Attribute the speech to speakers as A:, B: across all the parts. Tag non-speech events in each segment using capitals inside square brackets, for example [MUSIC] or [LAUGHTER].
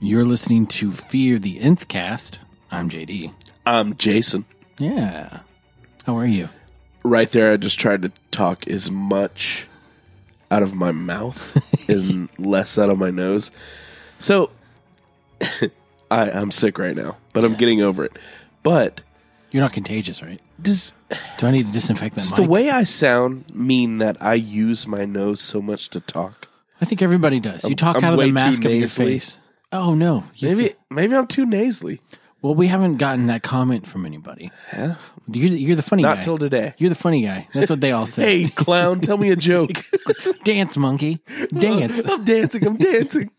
A: You're listening to Fear the Nth Cast. I'm JD.
B: I'm Um, Jason.
A: Yeah. How are you?
B: Right there, I just tried to talk as much out of
A: [LAUGHS]
B: my mouth and less out of my nose. So [LAUGHS] I, I'm sick right now, but I'm getting over it. But
A: You're not contagious, right?
B: does,
A: Do I need to disinfect that
B: does
A: mic?
B: the way I sound mean that I use my nose so much to talk?
A: I think everybody does. You talk
B: I'm
A: out of
B: way
A: the
B: too
A: mask of your
B: nasally.
A: face. Oh no. You
B: Maybe
A: see-
B: maybe I'm too nasally.
A: well, we haven't gotten that comment from anybody. You're, the- you're the funny
B: Not
A: guy.
B: till today.
A: you're the funny guy. That's what they all
B: [LAUGHS]
A: say.
B: Hey, clown, tell me
A: [LAUGHS]
B: a joke.
A: Dance monkey. Dance.
B: [LAUGHS] I'm dancing. I'm dancing.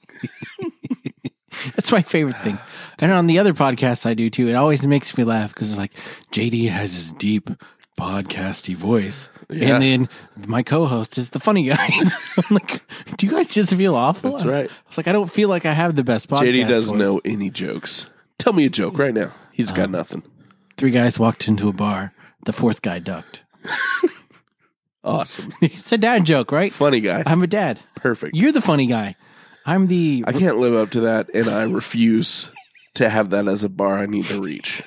A: That's my favorite thing. And on the other podcasts I do too, it always makes me laugh because like JD has his deep podcasty voice,
B: Yeah.
A: and then my co-host is the funny guy. [LAUGHS] I'm like, do you guys just feel awful?
B: That's
A: I was,
B: right.
A: I was like, I don't feel like I have the best podcast.
B: JD doesn't
A: voice. Uh-huh.
B: know any jokes. Tell me a joke right now. He's got nothing.
A: Three guys walked into a bar. The fourth guy ducked.
B: Awesome.
A: It's a dad joke, right?
B: Funny guy.
A: I'm a dad.
B: Perfect.
A: You're the funny guy. I'm the.
B: I can't live up to that, and I refuse to have that as a bar I need to reach.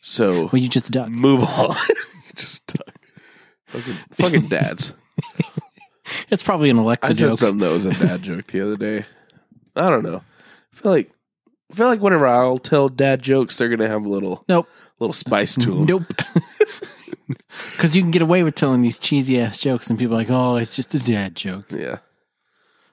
B: So
A: well, you just ducked.
B: move on. [LAUGHS] Just fucking,
A: [LAUGHS]
B: fucking dads.
A: It's probably an Alexa
B: I said
A: joke.
B: something that was a dad joke the other day. I don't know. I feel like I feel like whenever I'll tell dad jokes, they're gonna have a little
A: Nope.
B: little spice to them.
A: Nope. [LAUGHS] Because you can get away with telling these cheesy ass jokes, and people are like, oh, it's just a dad joke,
B: Yeah.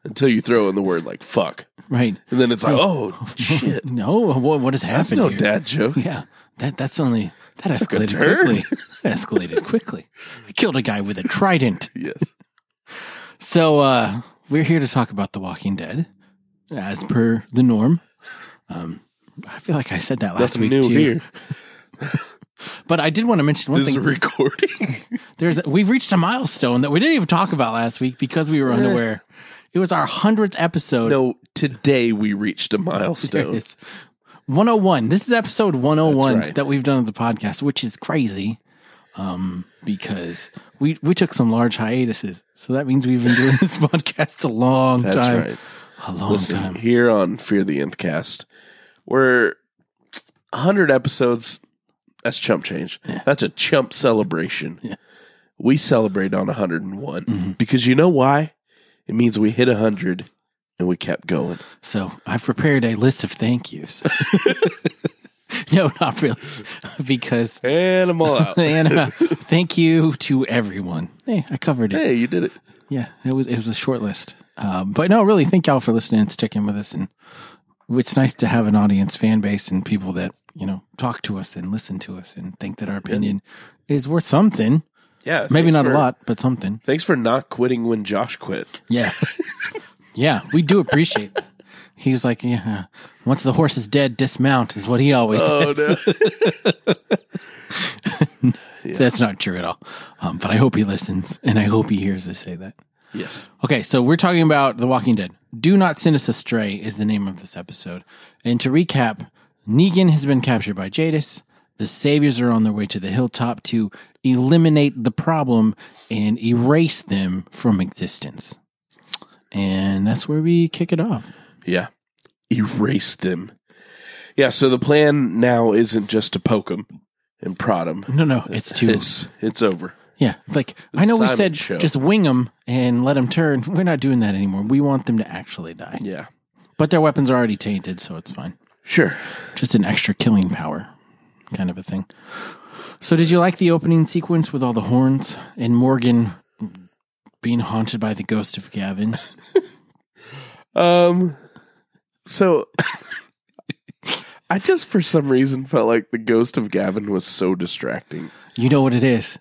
B: Until you throw in the word like fuck,
A: right?
B: and then it's like, oh
A: [LAUGHS]
B: shit,
A: No, what what has
B: that's
A: happened?
B: no
A: here? [LAUGHS]
B: dad joke.
A: Yeah, that that's only that
B: a
A: escalated
B: turn.
A: quickly.
B: [LAUGHS]
A: That escalated quickly. I killed a guy with a trident.
B: Yes.
A: So uh, we're here to talk about The Walking Dead, as per the norm. Um, I feel like I said that last
B: Nothing
A: week
B: new
A: too,
B: here.
A: but I did want to mention one
B: This is
A: thing.
B: recording.
A: There's we've reached a milestone that we didn't even talk about last week because
B: Eh.
A: we were unaware. It was our hundredth episode.
B: No, today we reached a milestone.
A: It's 101. This is episode 101
B: That's right.
A: that we've done of the podcast, which is crazy. Um, because we we took some large hiatuses, so that means we've been doing [LAUGHS] this podcast a long
B: That's
A: time,
B: right.
A: a long
B: Listen,
A: time.
B: here on Fear the Nth Cast, we're 100 episodes. That's chump change. That's a chump celebration.
A: Yeah. Mm-hmm.
B: We celebrate on 101 because you know why? It means we hit 100 and we kept going.
A: So I've prepared a list of thank yous. [LAUGHS] no, not really, [LAUGHS] because
B: And I'm all out.
A: and uh, thank you to everyone. Hey, I covered it.
B: [LAUGHS] hey, you did it.
A: Yeah, it was it was a short list, um, but no, really, thank y'all for listening and sticking with us. And it's nice to have an audience, fan base, and people that you know talk to us and listen to us and think that our opinion is worth something.
B: Yeah.
A: Maybe
B: thanks
A: not a
B: for-
A: lot, but something.
B: Thanks for not quitting when
A: [LAUGHS]
B: Josh quit.
A: Yeah, yeah, we do appreciate. that. He was like, yeah, uh, once the horse is dead, dismount is what he always
B: Oh,
A: says.
B: no.
A: [LAUGHS] That's not true at all. Um, but I hope he listens and I hope he hears us say that.
B: yes.
A: Okay, so we're talking about The Walking Dead. Do Not Send Us Astray is the name of this episode. And to recap, Negan has been captured by Jadis. The saviors are on their way to the hilltop to eliminate the problem and erase them from existence. And that's where we kick it off.
B: Yeah. Erase them. Yeah, so the plan now isn't just to poke them and prod them.
A: No, no, it's too.
B: It's it's over.
A: yeah, like I know we
B: Simon
A: said
B: show.
A: just wing them and let them turn. We're not doing that anymore. We want them to actually die.
B: Yeah.
A: But their weapons are already tainted, so it's fine.
B: Sure.
A: just an extra killing power kind of a thing. So did you like the opening sequence with all the horns and Morgan being haunted by the ghost of Gavin?
B: Um so [LAUGHS] I just for some reason felt like the ghost of Gavin was so distracting.
A: You know what it is.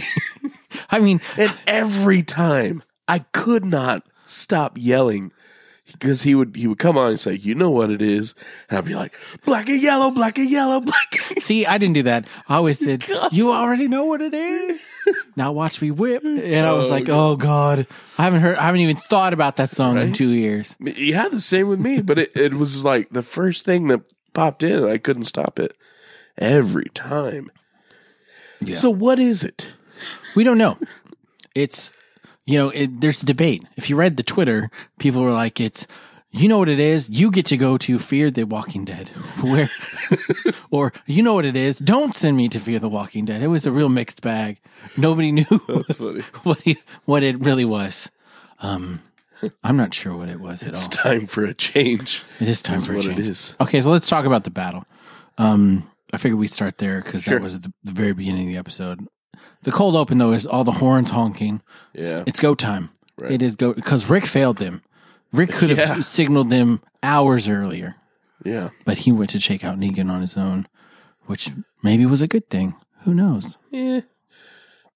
A: [LAUGHS] I mean,
B: And every time I could not stop yelling because he would he would come on and say, "You know what it is," and I'd be like, "Black and yellow, black and yellow, black." And
A: see, I didn't do that. I always said, "You already know what it is." Now watch me whip, and I was
B: Oh,
A: like, "Oh God, I haven't heard, I haven't even thought about that song in
B: Right?
A: two years."
B: Yeah, the same with me, but it, it was like the first thing that popped in, and I couldn't stop it every time.
A: Yeah.
B: So what is it?
A: We don't know. It's, you know, it, there's debate. If you read the Twitter, people were like, it's you know what it is. You get to go to Fear the Walking Dead, [LAUGHS] where, or you know what it is. Don't send me to Fear the Walking Dead. It was a real mixed bag. Nobody [LAUGHS] knew
B: That's funny.
A: what he, what it really was. Um, I'm not sure what it was at
B: [LAUGHS] It's
A: all.
B: time for a change.
A: It is time
B: That's
A: for a
B: what
A: change.
B: it is.
A: Okay, so let's talk about the battle. Um, I figured we'd start there because
B: Sure.
A: that was at the, the very beginning of the episode. The cold open though is all the horns honking.
B: Yeah.
A: It's go time.
B: Right.
A: It is go because Rick failed them. Rick could have
B: Yeah.
A: signaled them hours earlier,
B: [LAUGHS] Yeah.
A: but he went to check out Negan on his own, which maybe was a good thing. Who knows?
B: Eh,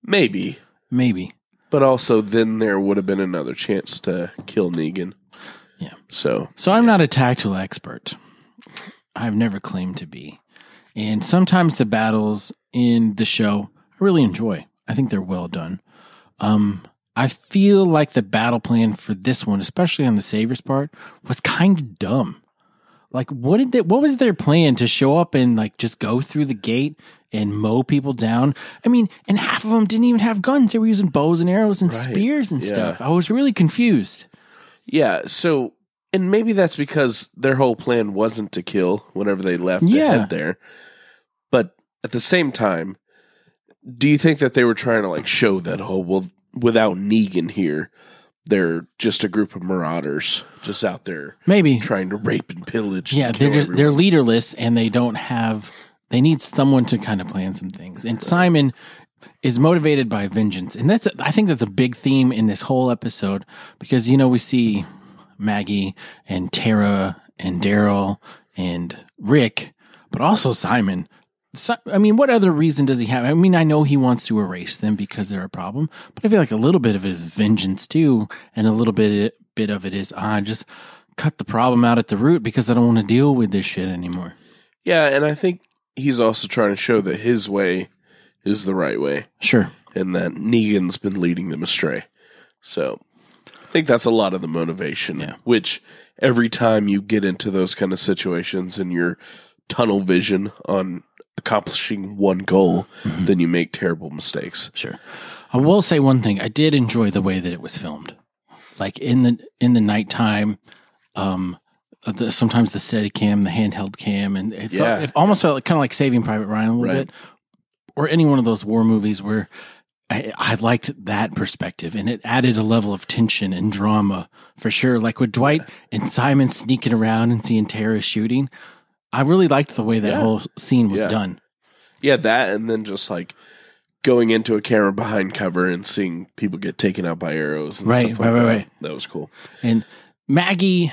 B: maybe.
A: Maybe.
B: But also, then there would have been another chance to kill Negan.
A: Yeah.
B: So,
A: So I'm not a tactical expert. I've never claimed to be. And sometimes the battles in the show I really enjoy. I think they're well done. Um, I feel like the battle plan for this one, especially on the Saviors part, was kind of dumb. Like, what did they, what was their plan to show up and like just go through the gate and mow people down? I mean, and half of them didn't even have guns. They were using bows and arrows and
B: Right.
A: spears and
B: Yeah.
A: stuff. I was really confused.
B: yeah. So, and maybe that's because their whole plan wasn't to kill whenever they left
A: Yeah.
B: yeah. there. But at the same time, do you think that they were trying to like show that, oh, well, without Negan here, they're just a group of marauders just out there
A: Maybe
B: trying to rape and pillage?
A: Yeah,
B: and
A: they're
B: kill
A: just
B: everyone?
A: they're leaderless and they don't have they need someone to kind of plan some things. And Simon is motivated by vengeance. And that's I think that's a big theme in this whole episode because you know we see Maggie and Tara and Daryl and Rick, but also Simon. Si- I mean, what other reason does he have? I mean, I know he wants to erase them because they're a problem, but I feel like a little bit of it is vengeance too, and a little bit bit of it is ah, just cut the problem out at the root because I don't want to deal with this shit anymore.
B: Yeah, and I think he's also trying to show that his way is the right way
A: Sure,
B: and that Negan's been leading them astray. So I think that's a lot of the motivation,
A: Yeah.
B: which every time you get into those kind of situations and your tunnel vision on accomplishing one goal,
A: Mm-hmm.
B: then you make terrible mistakes.
A: sure. I will say one thing: I did enjoy the way that it was filmed, like in the in the nighttime. Um, uh, the, sometimes the steady cam, the handheld cam, and it, felt,
B: Yeah.
A: it almost felt kind of like Saving Private Ryan a little
B: Right.
A: bit, or any one of those war movies where I, I liked that perspective, and it added a level of tension and drama for sure. Like with Dwight and Simon sneaking around and seeing Tara shooting, I really liked the way that
B: Yeah.
A: whole scene was
B: Yeah.
A: done.
B: Yeah, that and then just like going into a camera behind cover and seeing people get taken out by arrows and
A: Right,
B: stuff like
A: right, right,
B: that.
A: right.
B: That was cool.
A: And Maggie,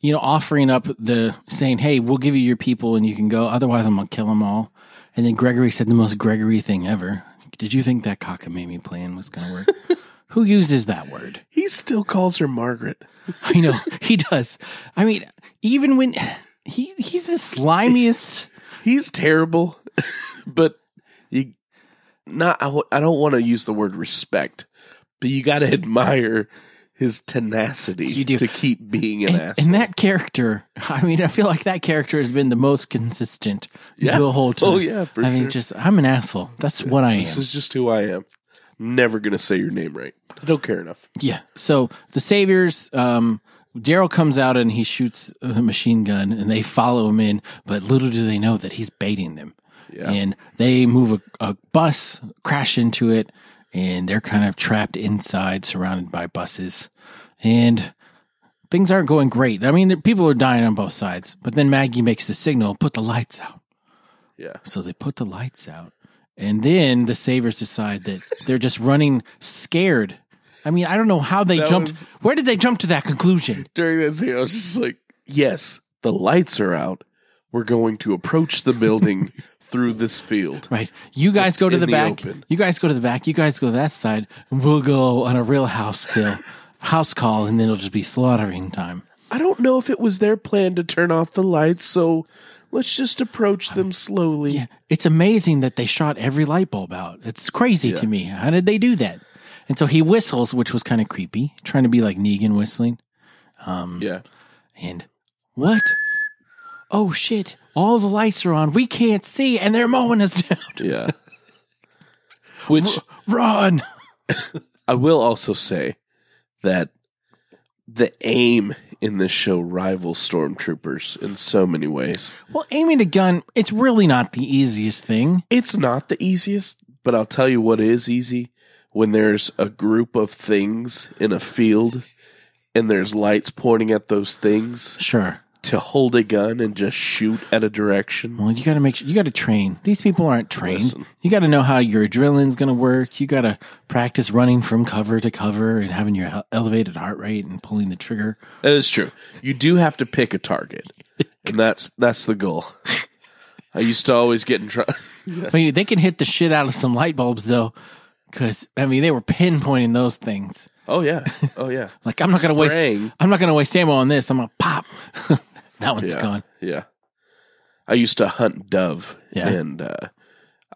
A: you know, offering up the saying, "Hey, we'll give you your people and you can go. Otherwise, I'm gonna kill them all." And then Gregory said the most Gregory thing ever. Did you think that cockamamie plan was gonna
B: [LAUGHS]
A: work? Who uses that word?
B: He still calls her Margaret.
A: I know [LAUGHS] he does. I mean, even when he he's the slimiest.
B: He's terrible, [LAUGHS] but you not. I, w- I don't want to use the word respect, but you got to [LAUGHS] admire his tenacity
A: You do.
B: to keep being an
A: And,
B: asshole.
A: and that character, I mean, I feel like that character has been the most consistent
B: Yeah.
A: the whole time.
B: Oh, yeah, for
A: I mean,
B: sure.
A: just I'm an asshole. That's what I am.
B: this is just who I am. Never gonna say your name right. I don't care enough.
A: Yeah. So the saviors, um, Daryl comes out and he shoots the machine gun, and they follow him in. But little do they know that he's baiting them.
B: Yeah.
A: And they move a, a bus, crash into it, and they're kind of trapped inside, surrounded by buses, and things aren't going great. I mean, the- people are dying on both sides. But then Maggie makes the signal, put the lights out.
B: Yeah,
A: So they put the lights out. And then the Savers decide that they're just running scared. I mean, I don't know how they
B: That
A: jumped.
B: was-
A: Where did they jump to that conclusion?
B: during that scene, I was just like, "Yes, the lights are out. We're going to approach
A: [LAUGHS]
B: the building through this field."
A: Right. You guys
B: Just
A: go to
B: in
A: the,
B: the
A: back.
B: open.
A: You guys go to the back. You guys go to that side. And we'll go on a real house kill, [LAUGHS] house call, and then it'll just be slaughtering time.
B: I don't know if it was their plan to turn off the lights, so let's just approach them slowly.
A: Um, Yeah. It's amazing that they shot every light bulb out. It's crazy to me. How did they do that? And so he whistles, which was kind of creepy, trying to be like Negan whistling.
B: yeah.
A: And what? Oh shit, all the lights are on. We can't see, and they're mowing us [LAUGHS] down.
B: Yeah. Which
A: Run!
B: I will also say that the aim in this show rival stormtroopers in so many ways.
A: Well, aiming a gun, it's really not the easiest thing.
B: It's not the easiest, but I'll tell you what is easy when there's a group of things in a field and there's lights pointing at those things
A: Sure.
B: to hold a gun and just shoot at a direction.
A: Well, you got to make sure you got to train. These people aren't trained.
B: Listen.
A: You got to know how your adrenaline's going to work. You got to practice running from cover to cover and having your he- elevated heart rate and pulling the trigger.
B: That is true. You do have to pick a target. And that's that's the goal. I used to always get in [LAUGHS] trouble.
A: I mean, they can hit the shit out of some light bulbs though, because I mean they were pinpointing those things.
B: Oh yeah.
A: [LAUGHS]
B: Oh yeah.
A: Like I'm not going to
B: Spraying.
A: waste. I'm not going to waste ammo on this. I'm gonna pop. [LAUGHS] that one's
B: yeah.
A: gone.
B: Yeah. I used to hunt dove
A: Yeah.
B: and uh,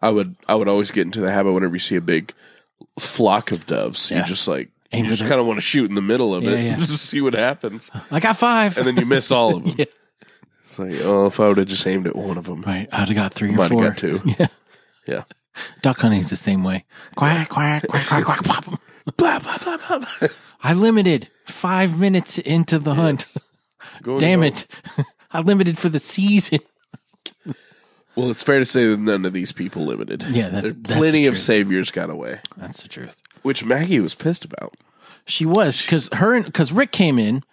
B: I would I would always get into the habit whenever you see a big flock of doves,
A: Yeah.
B: you just like
A: Aim
B: you
A: for
B: just
A: the-
B: kind of want to shoot in the middle of
A: Yeah,
B: it
A: yeah.
B: and [LAUGHS] just see what happens.
A: I got five.
B: And then
A: [LAUGHS]
B: you miss all of them.
A: Yeah.
B: It's like, oh, if I would have just aimed at one of them,
A: right, I'd have got three or
B: might have
A: four.
B: got two.
A: [LAUGHS] Yeah.
B: Yeah.
A: [LAUGHS] Duck hunting's the same way. Quack quack quack quack quack.
B: [LAUGHS]
A: Pop.
B: blah blah blah blah. [LAUGHS] blah.
A: I limited five minutes into the hunt.
B: Going
A: Damn
B: to-
A: it. [LAUGHS] I limited for the season.
B: Well, it's fair to say that none of these people limited.
A: Yeah, that's-
B: There-
A: that's the
B: plenty of
A: truth.
B: saviors got away,
A: That's the truth.
B: which Maggie was pissed about.
A: She was because her because Rick came in,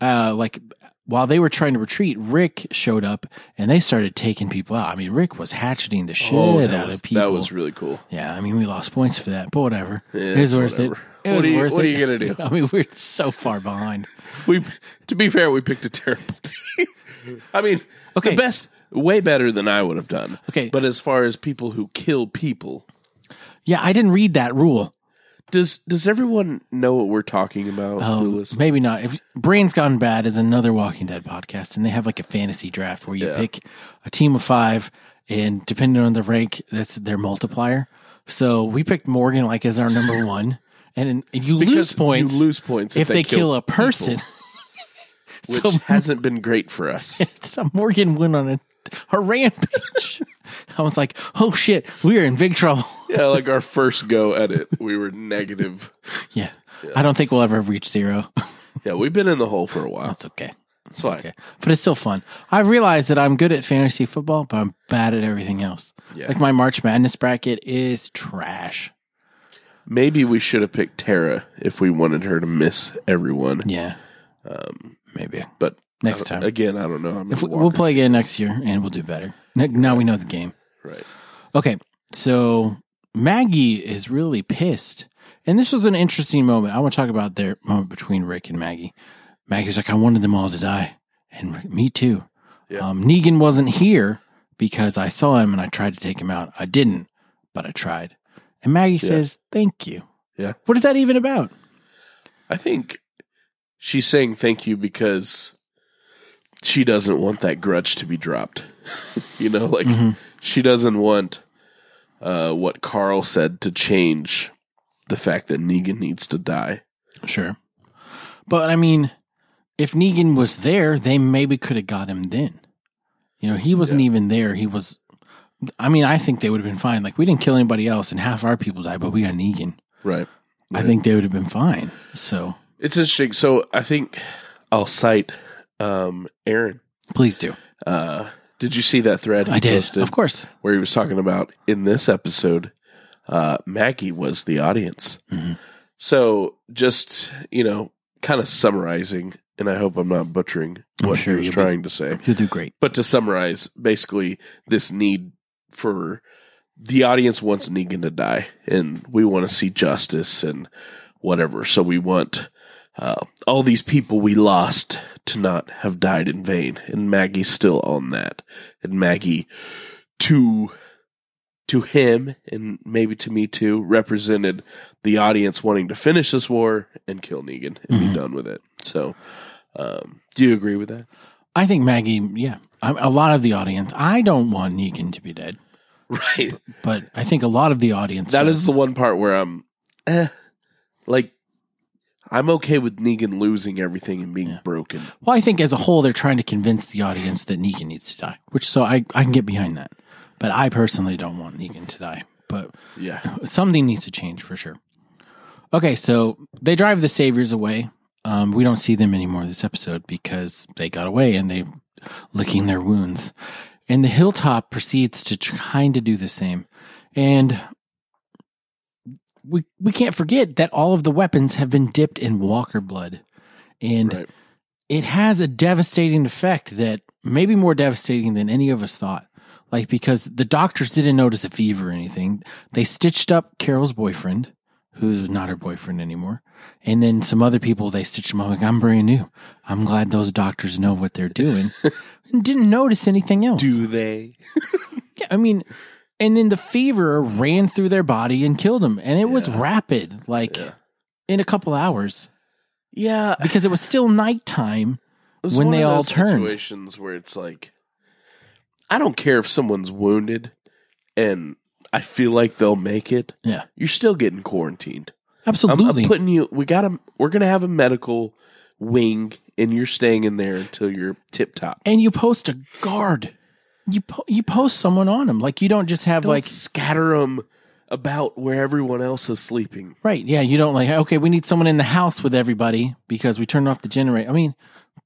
A: uh, like while they were trying to retreat, Rick showed up and they started taking people out. I mean, Rick was hatcheting the shit
B: Oh, that
A: out
B: was,
A: of people.
B: that was really cool.
A: yeah. I mean, we lost points for that, but whatever.
B: Yeah,
A: it was
B: it's
A: worth
B: whatever.
A: it. It
B: What
A: was
B: are you-
A: worth
B: what are you
A: it. [LAUGHS]
B: gonna do?
A: I mean, we're so far behind.
B: We, to be fair, we picked a terrible [LAUGHS] team. I mean,
A: Okay.
B: the best, way better than I would have done.
A: Okay.
B: but as far as people who kill people,
A: Yeah, I didn't read that rule.
B: does does everyone know what we're talking about? who
A: Um,
B: listens?
A: maybe not. If Brain's Gone Bad is another Walking Dead podcast, and they have like a fantasy draft where you
B: Yeah.
A: pick a team of five, and depending on the rank, that's their multiplier. So we picked Morgan like as our
B: [LAUGHS]
A: number one, and, and you lose
B: Because
A: points
B: You lose points
A: if they, kill, a person. [LAUGHS]
B: which
A: so
B: hasn't been great for us.
A: [LAUGHS] so Morgan went on a, a rampage. [LAUGHS] I was like, "Oh shit, we are in big trouble."
B: yeah, like our first go at it, we were negative.
A: yeah. I don't think we'll ever reach zero. [LAUGHS]
B: Yeah, we've been in the hole for a while.
A: That's okay.
B: It's fine.
A: Okay. But it's still fun. I realized that I'm good at fantasy football, but I'm bad at everything else.
B: Yeah.
A: Like my March Madness bracket is trash.
B: Maybe we should have picked Tara if we wanted her to miss everyone.
A: Yeah.
B: Um,
A: Maybe.
B: but
A: Next
B: I don't-
A: time.
B: again, I don't know. I'm
A: If we,
B: a
A: we'll
B: walker.
A: play again next year and we'll do better. N- Now we know the game.
B: right.
A: Okay. So Maggie is really pissed. And this was an interesting moment. I want to talk about their moment between Rick and Maggie. Maggie's like, I wanted them all to die. And Rick, me too.
B: Yeah.
A: Um, Negan wasn't here because I saw him and I tried to take him out. I didn't, but I tried. And Maggie
B: Yeah.
A: says, Thank you.
B: Yeah.
A: What is that even about?
B: I think she's saying thank you because she doesn't want that grudge to be dropped. [LAUGHS] you know, like
A: Mhm.
B: she doesn't want uh, what Carl said to change the fact that Negan needs to die.
A: Sure. But I mean, if Negan was there, they maybe could have got him then. You know, he wasn't even there. He was. I mean, I think they would have been fine. Like, we didn't kill anybody else and half our people died, but we got Negan.
B: Right.
A: I think they would have been fine. So
B: It's interesting. So I think I'll cite um, Aaron.
A: please do.
B: Uh, did you see that thread? he
A: I did.
B: posted
A: Of course.
B: Where he was talking about in this episode, uh, Maggie was the audience.
A: Mhm.
B: So just, you know, kind of summarizing, and I hope I'm not butchering
A: I'm
B: what
A: sure
B: he was
A: you'll be-
B: trying to say.
A: You'll do great.
B: But to summarize, basically, this need for the audience wants Negan to die, and we want to see justice and whatever. So we want uh, all these people we lost to not have died in vain, and Maggie's still on that. And Maggie, to to him and maybe to me too, represented the audience wanting to finish this war and kill Negan
A: Mhm.
B: and be done with it. So, um, do you agree with that?
A: I think Maggie, yeah, I, a lot of the audience. I don't want Negan to be dead,
B: Right.
A: but I think a lot of the audience.
B: That
A: does.
B: is the one part where I'm, eh, like, I'm okay with Negan losing everything and being
A: Yeah.
B: broken.
A: Well, I think as a whole, they're trying to convince the audience that Negan needs to die, which so I, I can get behind that. But I personally don't want Negan to die. But
B: Yeah, [LAUGHS]
A: something needs to change for sure. Okay, so they drive the saviors away. Um, we don't see them anymore this episode because they got away and they licking their wounds. And the hilltop proceeds to kind of do the same. And we we can't forget that all of the weapons have been dipped in walker blood. And
B: Right.
A: it has a devastating effect that maybe more devastating than any of us thought. Like because the doctors didn't notice a fever or anything. They stitched up Carol's boyfriend, who's not her boyfriend anymore. And then some other people they stitched him up like I'm brand new. I'm glad those doctors know what they're
B: [LAUGHS]
A: doing. and didn't notice anything else.
B: Do they?
A: Yeah, I mean and then the fever ran through their body and killed him. And it was
B: Yeah.
A: rapid, like
B: Yeah.
A: in a couple hours.
B: Yeah. It
A: Because it was still nighttime.
B: was
A: When
B: one
A: they
B: of
A: all
B: those
A: turned.
B: situations where it's like, I don't care if someone's wounded, and I feel like they'll make it.
A: Yeah.
B: You're still getting quarantined. I'm, I'm
A: Absolutely.
B: putting you. We got to We're gonna have a medical wing, and you're staying in there until you're tip top.
A: and you post a guard. You po- you post someone on him. Like you don't just have
B: Like
A: like
B: scatter them about where everyone else is sleeping.
A: right. Yeah, you don't like okay. We need someone in the house with everybody because we turned off the generator. I mean,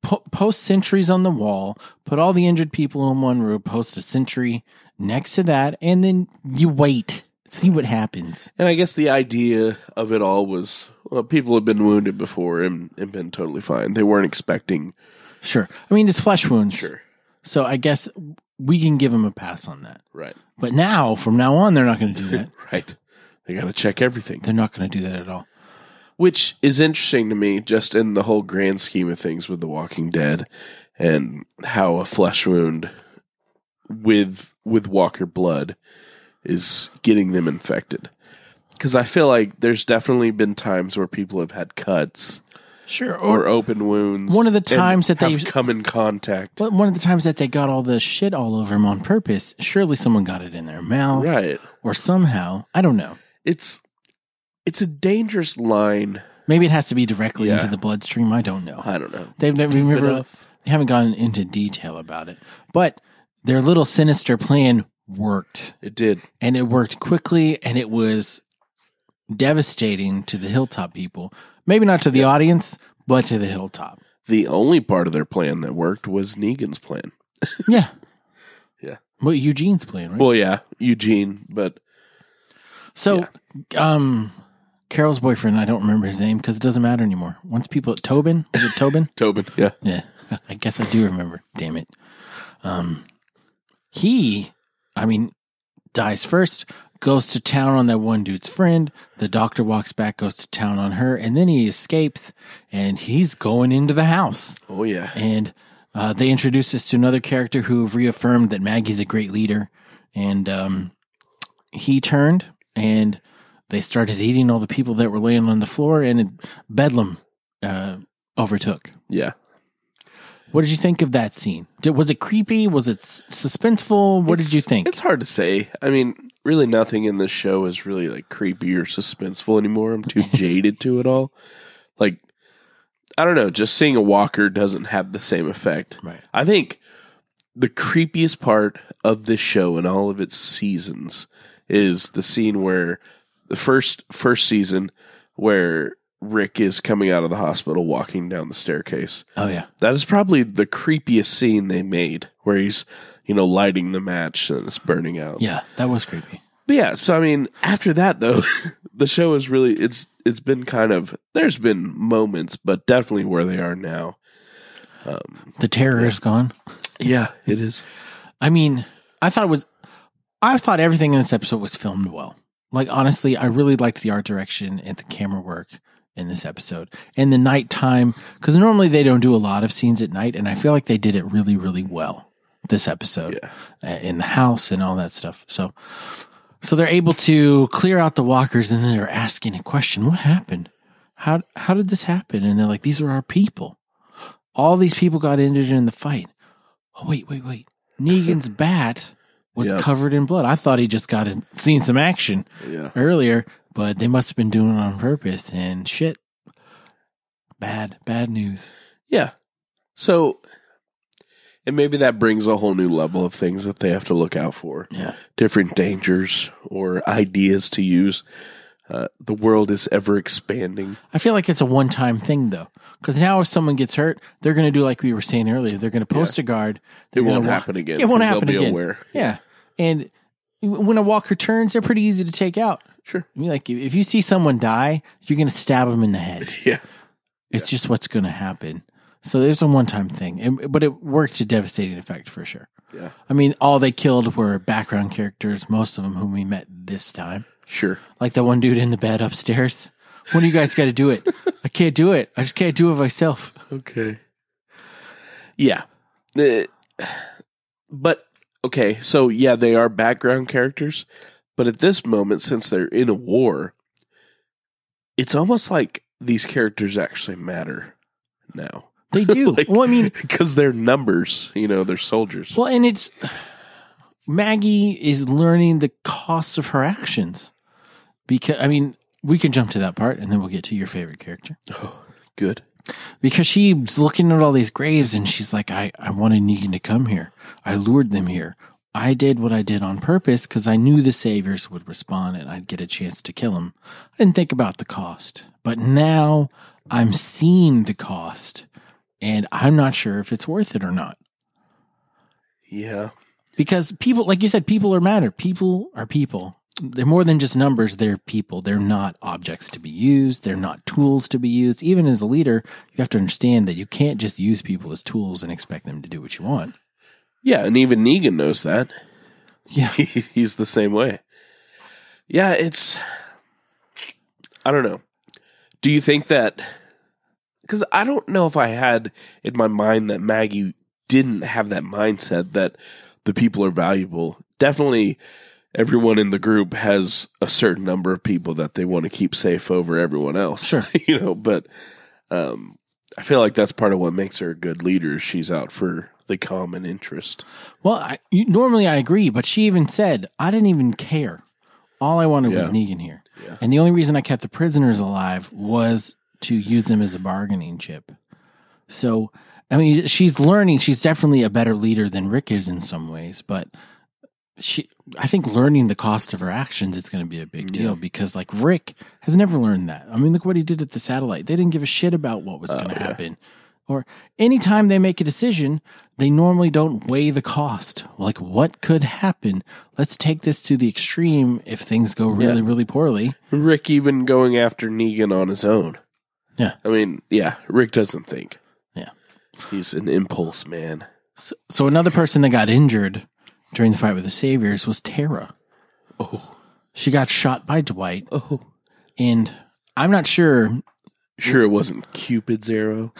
A: po- post sentries on the wall. Put all the injured people in one room. Post a sentry next to that, and then you wait. See what happens.
B: And I guess the idea of it all was well, people have been wounded before and, and been totally fine. They weren't expecting.
A: Sure. I mean, it's flesh wounds.
B: Sure.
A: So I guess we can give him a pass on that.
B: Right.
A: But now, from now on, they're not going to do that.
B: Right. They got to check everything,
A: they're not going to do that at all.
B: which is interesting to me, just in the whole grand scheme of things with The Walking Dead and how a flesh wound with with Walker blood is getting them infected. Because I feel like there's definitely been times where people have had cuts
A: Sure. Or
B: or open wounds.
A: One of the
B: and
A: times that
B: have
A: they've-
B: come in contact.
A: But one of the times that they got all the shit all over him on purpose, surely someone got it in their mouth
B: Right.
A: or somehow. I don't know.
B: it's it's a dangerous line.
A: Maybe it has to be directly
B: Yeah.
A: into the bloodstream. I don't know.
B: I don't know.
A: They've never, never
B: enough.
A: they haven't gone into detail about it. But their little sinister plan worked,
B: It did.
A: and it worked quickly, and it was devastating to the hilltop people. Maybe not to the audience, but to the hilltop.
B: The only part of their plan that worked was Negan's plan.
A: Yeah.
B: Yeah.
A: Well, Eugene's plan, right?
B: Well, yeah, Eugene, but
A: So, um, Carol's boyfriend, I don't remember his name because it doesn't matter anymore. Once people, Tobin, is it Tobin?
B: Tobin. Yeah.
A: yeah, [LAUGHS] I guess I do remember. Damn it. Um, he, I mean, dies first, goes to town on that one dude's friend. The doctor walks back, goes to town on her, and then he escapes and he's going into the house.
B: Oh yeah.
A: And uh, they introduced us to another character who reaffirmed that Maggie's a great leader. And um, he turned and they started eating all the people that were laying on the floor, and it, Bedlam uh, overtook.
B: Yeah.
A: What did you think of that scene? Did, was it creepy? Was it s- suspenseful? What
B: It's-
A: did you think?
B: It's hard to say. I mean, really nothing in this show is really like creepy or suspenseful anymore.
A: [LAUGHS]
B: I'm too jaded to it all. Like I don't know, just seeing a walker doesn't have the same effect.
A: Right.
B: I think the creepiest part of this show and all of its seasons is the scene where the first first season where Rick is coming out of the hospital walking down the staircase.
A: Oh, yeah.
B: That is probably the creepiest scene they made where he's, you know, lighting the match and it's burning out.
A: Yeah, that was creepy.
B: But yeah, so I mean, after that though, [LAUGHS] the show is really it's it's been kind of there's been moments, but definitely where they are now.
A: The terror is gone.
B: Yeah, it is.
A: I mean, I thought it was. I thought everything in this episode was filmed well. Like honestly, I really liked the art direction and the camera work in this episode and the nighttime because normally they don't do a lot of scenes at night, and I feel like they did it really, really well this episode
B: Yeah.
A: uh, in the house and all that stuff. So, so they're able to clear out the walkers, and then they're asking a question: What happened? How how did this happen? And they're like, These are our people. All these people got injured in the fight. Oh, wait, wait, wait. Negan's bat was
B: Yep.
A: covered in blood. I thought he just got in, seen some action
B: Yeah.
A: earlier, but they must have been doing it on purpose. And shit, bad, bad news.
B: Yeah. So, and maybe that brings a whole new level of things that they have to look out for,
A: Yeah,
B: different dangers or ideas to use. Uh, the world is ever expanding.
A: I feel like it's a one time thing though, because now if someone gets hurt, they're going to do like we were saying earlier. They're going to post a guard. They're
B: It
A: gonna
B: won't
A: walk-
B: happen again.
A: It won't
B: 'cause
A: happen
B: they'll be
A: again.
B: Aware.
A: Yeah, and w- when a walker turns, they're pretty easy to take out.
B: Sure.
A: I mean, Like if you see someone die, you're going to stab them in the head.
B: [LAUGHS] Yeah.
A: It's just what's going to happen. So there's a one time thing, and, but it worked to devastating effect for sure.
B: Yeah.
A: I mean, all they killed were background characters, most of them whom we met this time.
B: Sure.
A: Like that one dude in the bed upstairs. When do you guys got to do it? I can't do it. I just can't do it myself.
B: Okay. Yeah. Uh, but okay, so yeah, they are background characters, but at this moment since they're in a war, it's almost like these characters actually matter now. [LAUGHS]
A: They do. well, I mean,
B: cuz they're numbers, you know, they're soldiers.
A: well, and it's Maggie is learning the cost of her actions because I mean, we can jump to that part and then we'll get to your favorite character
B: Good.
A: because she's looking at all these graves and she's like, I, I wanted Negan to come here. I lured them here. I did what I did on purpose because I knew the saviors would respond and I'd get a chance to kill him. I didn't think about the cost, but now I'm seeing the cost and I'm not sure if it's worth it or not
B: Yeah.
A: because people like you said people are matter people are people they're more than just numbers they're people they're not objects to be used they're not tools to be used even as a leader you have to understand that you can't just use people as tools and expect them to do what you want
B: Yeah, and even Negan knows that.
A: yeah
B: [LAUGHS] He's the same way. Yeah, it's. I don't know. Do you think that? Because I don't know if I had in my mind that Maggie didn't have that mindset that the people are valuable. Definitely, everyone in the group has a certain number of people that they want to keep safe over everyone else.
A: Sure.
B: [LAUGHS] you know, but um, I feel like that's part of what makes her a good leader. is She's out for the common interest.
A: well I, you, normally i agree but she even said i didn't even care all i wanted was
B: Yeah.
A: negan here
B: Yeah.
A: and the only reason i kept the prisoners alive was to use them as a bargaining chip So, I mean, she's learning. She's definitely a better leader than Rick is in some ways, but she, I think learning the cost of her actions is going to be a big deal because, like, Rick has never learned that. I mean, look what he did at the satellite. They didn't give a shit about what
B: Oh,
A: was going to happen. Or anytime they make a decision, they normally don't weigh the cost. Like, what could happen? Let's take this to the extreme if things go really, really poorly.
B: Rick even going after Negan on his own.
A: Yeah.
B: I mean, yeah, Rick doesn't think.
A: Yeah.
B: He's an impulse man.
A: So, so another person that got injured during the fight with the Saviors was Tara.
B: Oh.
A: She got shot by Dwight,
B: Oh.
A: and I'm not sure.
B: Sure it wasn't
A: [LAUGHS]
B: Cupid's arrow.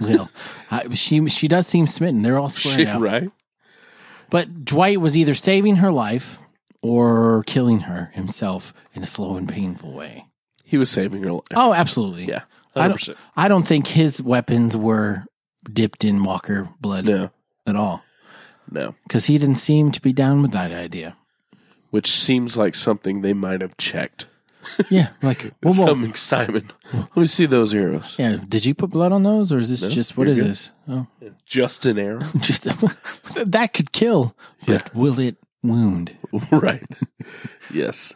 A: Well, I, she she does seem smitten. They're all squared
B: Shit,
A: out,
B: right?
A: but Dwight was either saving her life or killing her himself in a slow and painful way.
B: He was saving her life.
A: Oh, absolutely.
B: Yeah.
A: I don't-
B: 100%.
A: I don't think his weapons were dipped in Walker blood
B: No.
A: at all
B: No.
A: because he didn't seem to be down with that idea.
B: Which seems like something they might have checked.
A: Yeah,
B: [LAUGHS]
A: like whoa, whoa.
B: Some excitement. Let me see those arrows.
A: Yeah, did you put blood on those, or is this
B: No,
A: just what
B: you're
A: is
B: good.
A: this? Oh, [LAUGHS]
B: Just an arrow.
A: just [LAUGHS] that could kill, but will it wound?
B: right. yes.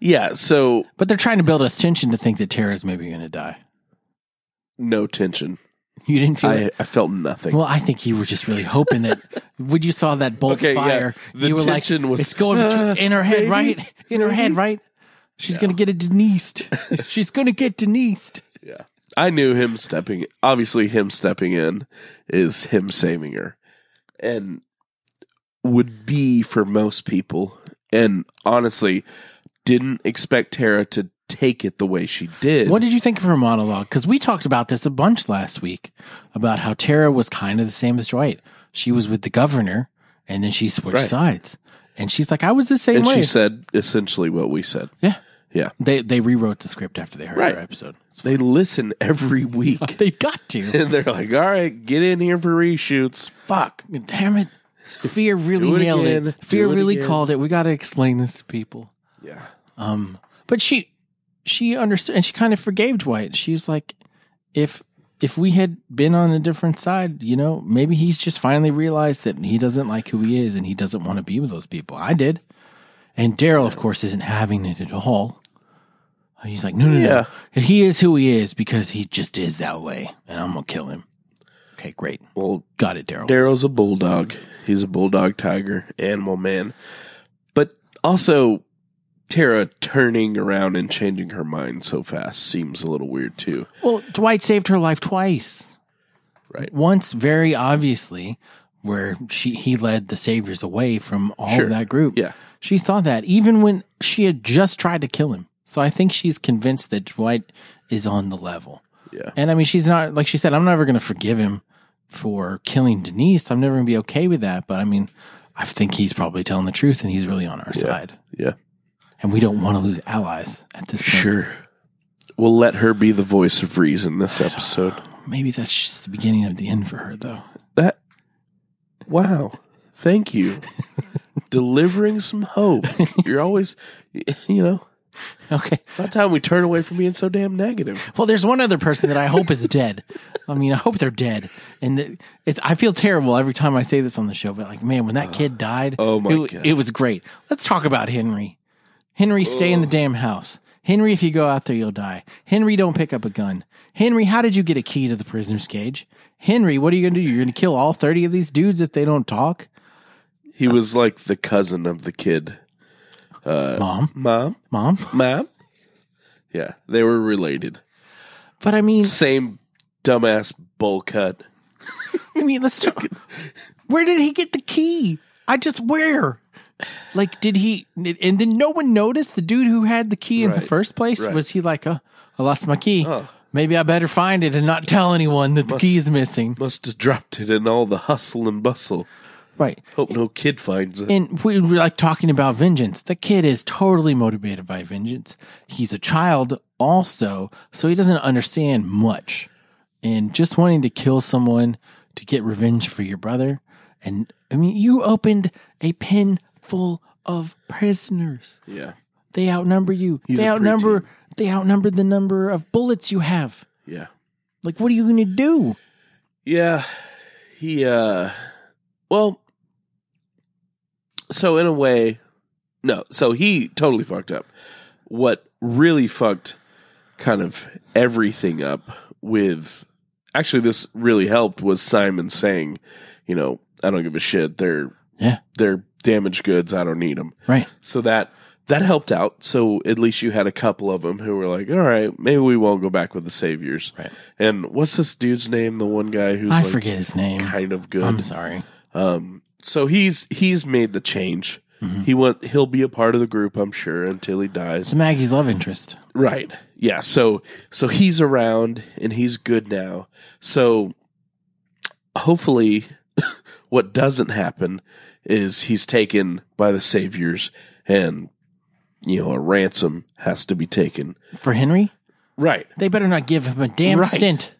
B: Yeah, so
A: But they're trying to build us tension to think that Tara's maybe going to die.
B: no tension.
A: You didn't feel.
B: I,
A: it?
B: I felt nothing.
A: Well, I think you were just really hoping that when you saw that bolt
B: Okay, yeah.
A: fire,
B: The
A: you were like,
B: tension was-
A: "It's going between-
B: [LAUGHS]
A: in her head,
B: maybe,
A: right? In her head, right? She's going to get it
B: [LAUGHS]
A: denised. She's going to get denised."
B: Yeah. I knew him stepping obviously him stepping in is him saving her. And would be for most people. And honestly, didn't expect Tara to take it the way she did.
A: What did you think of her monologue? Because we talked about this a bunch last week about how Tara was kind of the same as Dwight. She was with the governor, and then she switched
B: Right.
A: sides, and she's like, "I was the same
B: and
A: way."
B: she said essentially what we said.
A: yeah,
B: Yeah.
A: they they rewrote the script after they heard
B: Right.
A: our episode. So
B: They listen every [LAUGHS] week.
A: They've got to.
B: and they're like, All right, get in here for reshoots.
A: Fuck, damn it! Fear really
B: [LAUGHS] Do it
A: nailed
B: again.
A: it. Fear
B: Do it
A: really
B: again.
A: called it. We got to explain this to people.
B: Yeah.
A: Um, but she she understood and she kind of forgave Dwight. She was like, if if we had been on a different side, you know, maybe he's just finally realized that he doesn't like who he is and he doesn't want to be with those people. I did. And Daryl, of course, isn't having it at all. He's like, no, no,
B: Yeah.
A: no. He is who he is because he just is that way, and I'm gonna kill him. Okay, great.
B: Well,
A: Got it, Daryl.
B: Daryl's a bulldog. He's a bulldog tiger, animal man. But also, Tara turning around and changing her mind so fast seems a little weird too.
A: Well, Dwight saved her life twice.
B: Right.
A: Once, very obviously, where she he led the saviors away from all
B: Sure.
A: of that group.
B: Yeah.
A: She saw that even when she had just tried to kill him. So I think she's convinced that Dwight is on the level.
B: Yeah.
A: And I mean, she's not, like she said, I'm never going to forgive him for killing Denise. I'm never going to be okay with that. But I mean, I think he's probably telling the truth and he's really on our side.
B: Yeah.
A: And we don't want to lose allies at this point.
B: Sure. We'll let her be the voice of reason this episode.
A: Maybe that's just the beginning of the end for her, though.
B: That Wow. Thank you. Delivering some hope. You're always you know,
A: Okay.
B: about time we turn away from being so damn negative.
A: Well, there's one other person that I hope is dead. I mean, I hope they're dead. And it- it's I feel terrible every time I say this on the show, but like, man, when that kid died,
B: Oh my
A: it,
B: God.
A: it was great. Let's talk about Henry. Henry, stay
B: Oh.
A: in the damn house. Henry, if you go out there, you'll die. Henry, don't pick up a gun. Henry, how did you get a key to the prisoner's cage? Henry, what are you going to do? You're going to kill all 30 of these dudes if they don't talk?
B: He was like the cousin of the kid. Uh,
A: Mom?
B: Mom?
A: Mom? [LAUGHS]
B: Mom? Yeah, they were related.
A: But I mean,
B: Same dumbass bowl cut.
A: I mean, let's talk. Where did he get the key? I just where? Like, did he? And then no one noticed the dude who had the key in the
B: Right.
A: first place.
B: Right.
A: Was he like, oh, I lost my key.
B: Oh.
A: Maybe I better find it and not tell anyone that the key is missing.
B: Must have dropped it in all the hustle and bustle.
A: Right.
B: Hope no kid finds it.
A: And we were like talking about vengeance. The kid is totally motivated by vengeance. He's a child also, so he doesn't understand much. And just wanting to kill someone to get revenge for your brother. And I mean, you opened a pen full of prisoners.
B: Yeah.
A: They outnumber you.
B: He's
A: they
B: a
A: outnumber
B: preteen.
A: they outnumber the number of bullets you have.
B: Yeah.
A: Like what are you going to do?
B: Yeah. He uh well so in a way no, so he totally fucked up. What really fucked kind of everything up with actually this really helped was Simon saying, you know, I don't give a shit. They're
A: Yeah.
B: they're damaged goods. I don't need them.
A: Right.
B: So that that helped out. So at least you had a couple of them who were like, "All right, maybe we won't go back with the saviors."
A: Right.
B: And what's this dude's name? The one guy who's
A: I
B: like
A: forget his name.
B: kind of
A: I'm
B: good.
A: sorry.
B: Um, so he's he's made the change.
A: Mm-hmm.
B: He went. He'll be a part of the group, I'm sure, until he dies.
A: It's Maggie's love interest.
B: Right. Yeah. So so he's around and he's good now. So hopefully [LAUGHS] what doesn't happen is he's taken by the saviors and you know a ransom has to be taken.
A: For Henry?
B: Right.
A: They better not give him a damn
B: Right.
A: cent.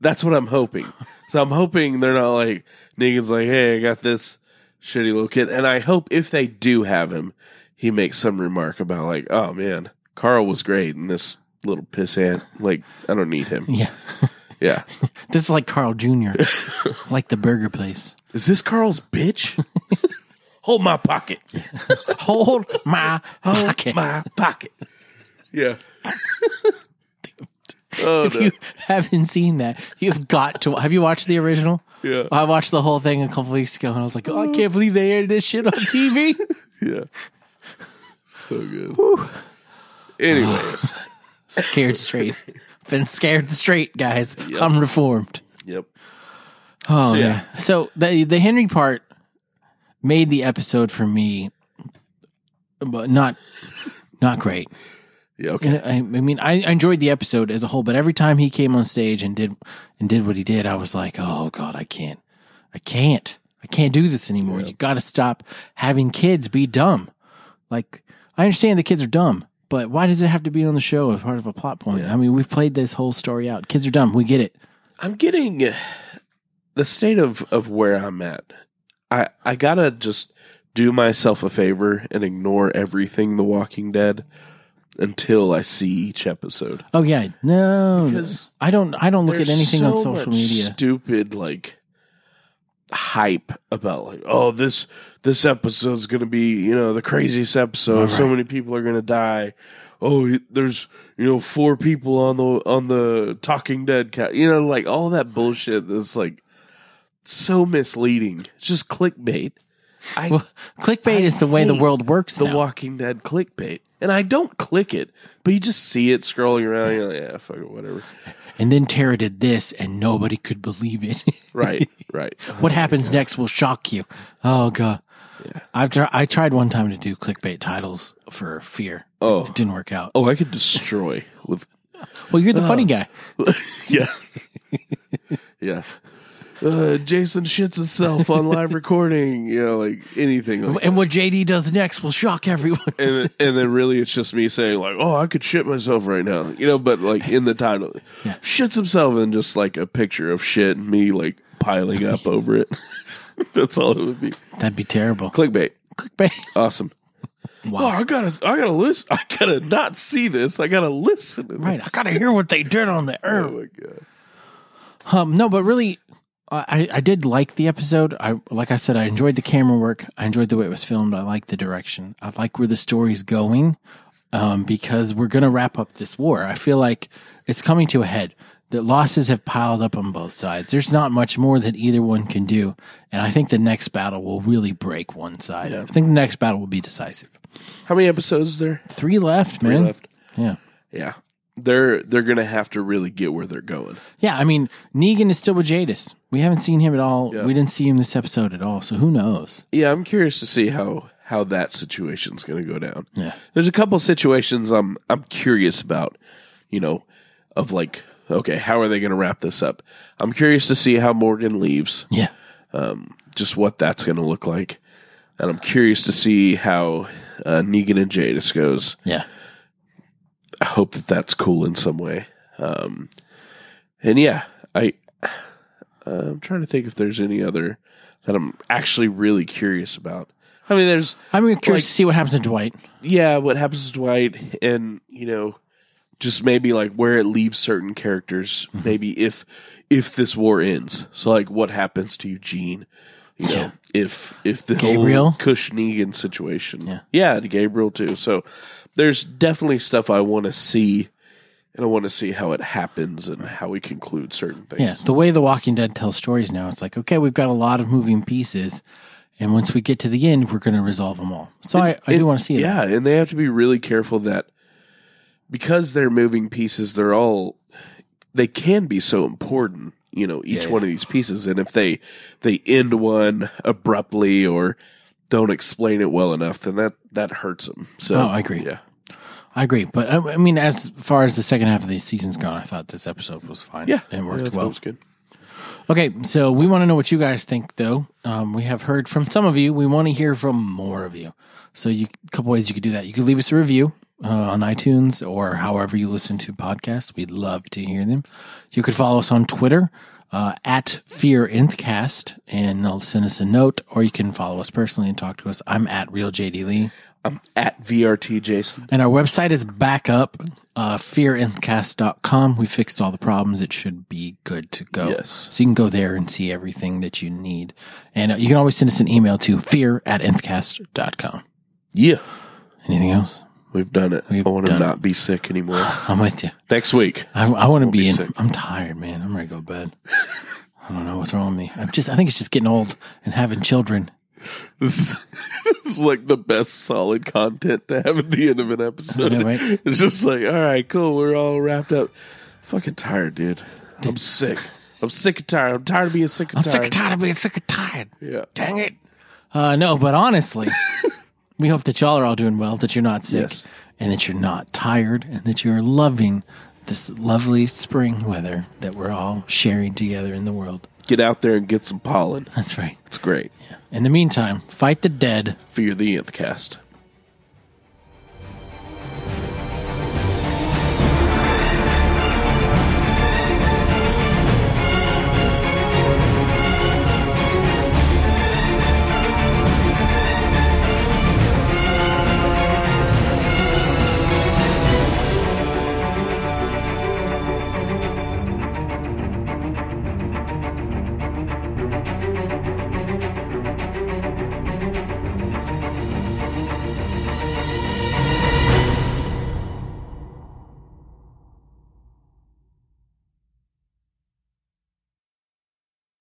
B: That's what I'm hoping. So I'm hoping they're not like Negan's like, "Hey, I got this shitty little kid." And I hope if they do have him, he makes some remark about like, "Oh man, Carl was great and this little pissant like I don't need him."
A: Yeah.
B: Yeah.
A: [LAUGHS] This is like Carl Jr., like the burger place.
B: [LAUGHS] Is this Carl's bitch? [LAUGHS] Hold my pocket.
A: Hold my [LAUGHS] pocket.
B: My pocket. [LAUGHS] Yeah. oh
A: if
B: no.
A: you haven't seen that, you've got to. Have you watched the original?
B: Yeah.
A: I watched the whole thing a couple weeks ago and I was like, oh, I can't believe they aired this
B: [LAUGHS]
A: shit on TV.
B: Yeah. So good. Anyways.
A: Scared straight. Been scared straight, guys. I'm reformed.
B: [SIGHS] yep.
A: Oh,
B: So, yeah.
A: yeah. So the the Henry part made the episode for me, but not not great.
B: Yeah, okay.
A: And I, I mean, I, I enjoyed the episode as a whole, but every time he came on stage and did and did what he did, I was like, "Oh God, I can't, I can't, I can't do this anymore." You got to stop having kids be dumb. Like, I understand the kids are dumb, but why does it have to be on the show as part of a plot point? I mean, we've played this whole story out. Kids are dumb. We get it.
B: I'm getting uh, the state of, of where I'm at. I I gotta just do myself a favor and ignore everything The Walking Dead until I see each episode.
A: Oh yeah, no,
B: Because
A: I don't. I don't look at
B: There's
A: anything on
B: so
A: social
B: much
A: media.
B: Stupid, like hype about like, oh, this this episode's gonna be you know the craziest episode. So many people are gonna die. Oh, there's you know four people on the on the Talking Dead cat. You know, like all that bullshit. That's like so misleading. It's just clickbait. I
A: Clickbait is the way the
B: hate
A: world works.
B: the
A: now.
B: Walking Dead clickbait. And I don't click it, but you just see it scrolling around. You're like, yeah, fuck it, whatever.
A: and then Tara did this, and nobody could believe it. [LAUGHS]
B: Right, right.
A: what happens next will shock you. Oh god. I've tr- I tried one time to do clickbait titles for fear.
B: Oh.
A: it didn't work out.
B: Oh, I could destroy with.
A: Well, you're the funny guy.
B: [LAUGHS] Yeah. [LAUGHS] yeah. Uh, Jason shits himself on [LAUGHS] live recording, you know, like anything. Like,
A: And what JD does next will shock everyone.
B: [LAUGHS] and, and then really it's just me saying, like, oh, I could shit myself right now, you know, but like in the [LAUGHS] title, shits himself and just like a picture of shit and me like piling [LAUGHS] up over it. That's all it would be.
A: That'd be terrible.
B: Clickbait.
A: Clickbait.
B: Awesome. Oh, I gotta, I gotta listen. I gotta not see this. I gotta listen to this.
A: Right. I gotta hear what they did on the
B: Oh
A: earth.
B: my god.
A: Um, no, but really, uh, I, I did like the episode. I like I said, I enjoyed the camera work. I enjoyed the way it was filmed. I like the direction. I like where the story's going, um, because we're gonna wrap up this war. I feel like it's coming to a head. The losses have piled up on both sides. There's not much more that either one can do, and I think the next battle will really break one side. I think the next battle will be decisive.
B: How many episodes is there?
A: Three left, man.
B: left.
A: Yeah.
B: Yeah. They're they're gonna have to really get where they're going.
A: Yeah, I mean, Negan is still with Jadis. We haven't seen him at all.
B: Yeah.
A: We didn't see him this episode at all. So who knows?
B: Yeah, I'm curious to see how how that situation's gonna go down.
A: Yeah.
B: There's a couple situations I'm I'm curious about, you know, of like, okay, how are they gonna wrap this up? I'm curious to see how Morgan leaves.
A: Yeah.
B: just what that's going to look like. And I'm curious to see how uh, Negan and Jadis goes.
A: Yeah.
B: I hope that that's cool in some way. Um, and yeah, I uh, I'm trying to think if there's any other that I'm actually really curious about. I mean, there's
A: I'm curious to see what happens to Dwight.
B: yeah, what happens to Dwight, and you know, just maybe like where it leaves certain characters.
A: Mm-hmm.
B: Maybe if if this war ends, so like what happens to Eugene? You know,
A: Yeah.
B: if if the
A: Gabriel?
B: whole Cush Negan situation,
A: Yeah.
B: yeah, to Gabriel too. So there's definitely stuff I want to see, and I want to see how it happens and how we conclude certain things.
A: Yeah. The way The Walking Dead tells stories now, it's like, okay, we've got a lot of moving pieces. And once we get to the end, we're going to resolve them all. So I, I do want to see that.
B: Yeah, and they have to be really careful that because they're moving pieces, they're all they can be so important, you know, each
A: Yeah,
B: one of these pieces. And if they they end one abruptly or don't explain it well enough, then that that hurts them. So
A: Oh, I agree.
B: Yeah.
A: I agree. But I, I mean, as far as the second half of the season's gone, I thought this episode was fine.
B: Yeah.
A: It
B: Yeah, I
A: worked
B: thought it
A: well.
B: was good.
A: Okay, so we want to know what you guys think, though. Um, we have heard from some of you. We want to hear from more of you. So, you a couple ways you could do that. You could leave us a review uh, on iTunes or however you listen to podcasts. We'd love to hear them. You could follow us on Twitter uh, at FearInthCast and they'll send us a note, or you can follow us personally and talk to us. I'm at RealJDLee.
B: I'm at VRT Jason.
A: And our website is back up, uh, fearinthcast.com. We fixed all the problems. It should be good to go.
B: Yes.
A: So you can go there and see everything that you need. And uh, you can always send us an email to fear at nthcast.com.
B: Yeah.
A: Anything else?
B: We've done it. I want to
A: done
B: not be
A: [SIGHS]
B: sick anymore.
A: I'm with you.
B: Next week.
A: I, I want to be,
B: be
A: in.
B: sick.
A: I'm tired, man. I'm ready to go to bed. [LAUGHS] I don't know what's wrong with me. I'm just, I think it's just getting old and having children.
B: This is, [LAUGHS] this is like the best solid content to have at the end of an episode.
A: I know, right?
B: It's just like, all right, cool, we're all wrapped up. Fucking tired, dude. I'm sick. I'm sick and tired. I'm tired of being sick and
A: I'm
B: tired.
A: sick and tired of being sick and tired.
B: Yeah.
A: Dang it. Uh, no, but
B: [LAUGHS]
A: honestly, we hope that y'all are all doing well, that you're not sick,
B: Yes.
A: and that you're not tired, and that you're loving this lovely spring weather that we're all sharing together in the world.
B: Get out there and get some pollen.
A: That's right.
B: It's great.
A: In the meantime, fight the dead.
B: Fear the nth cast.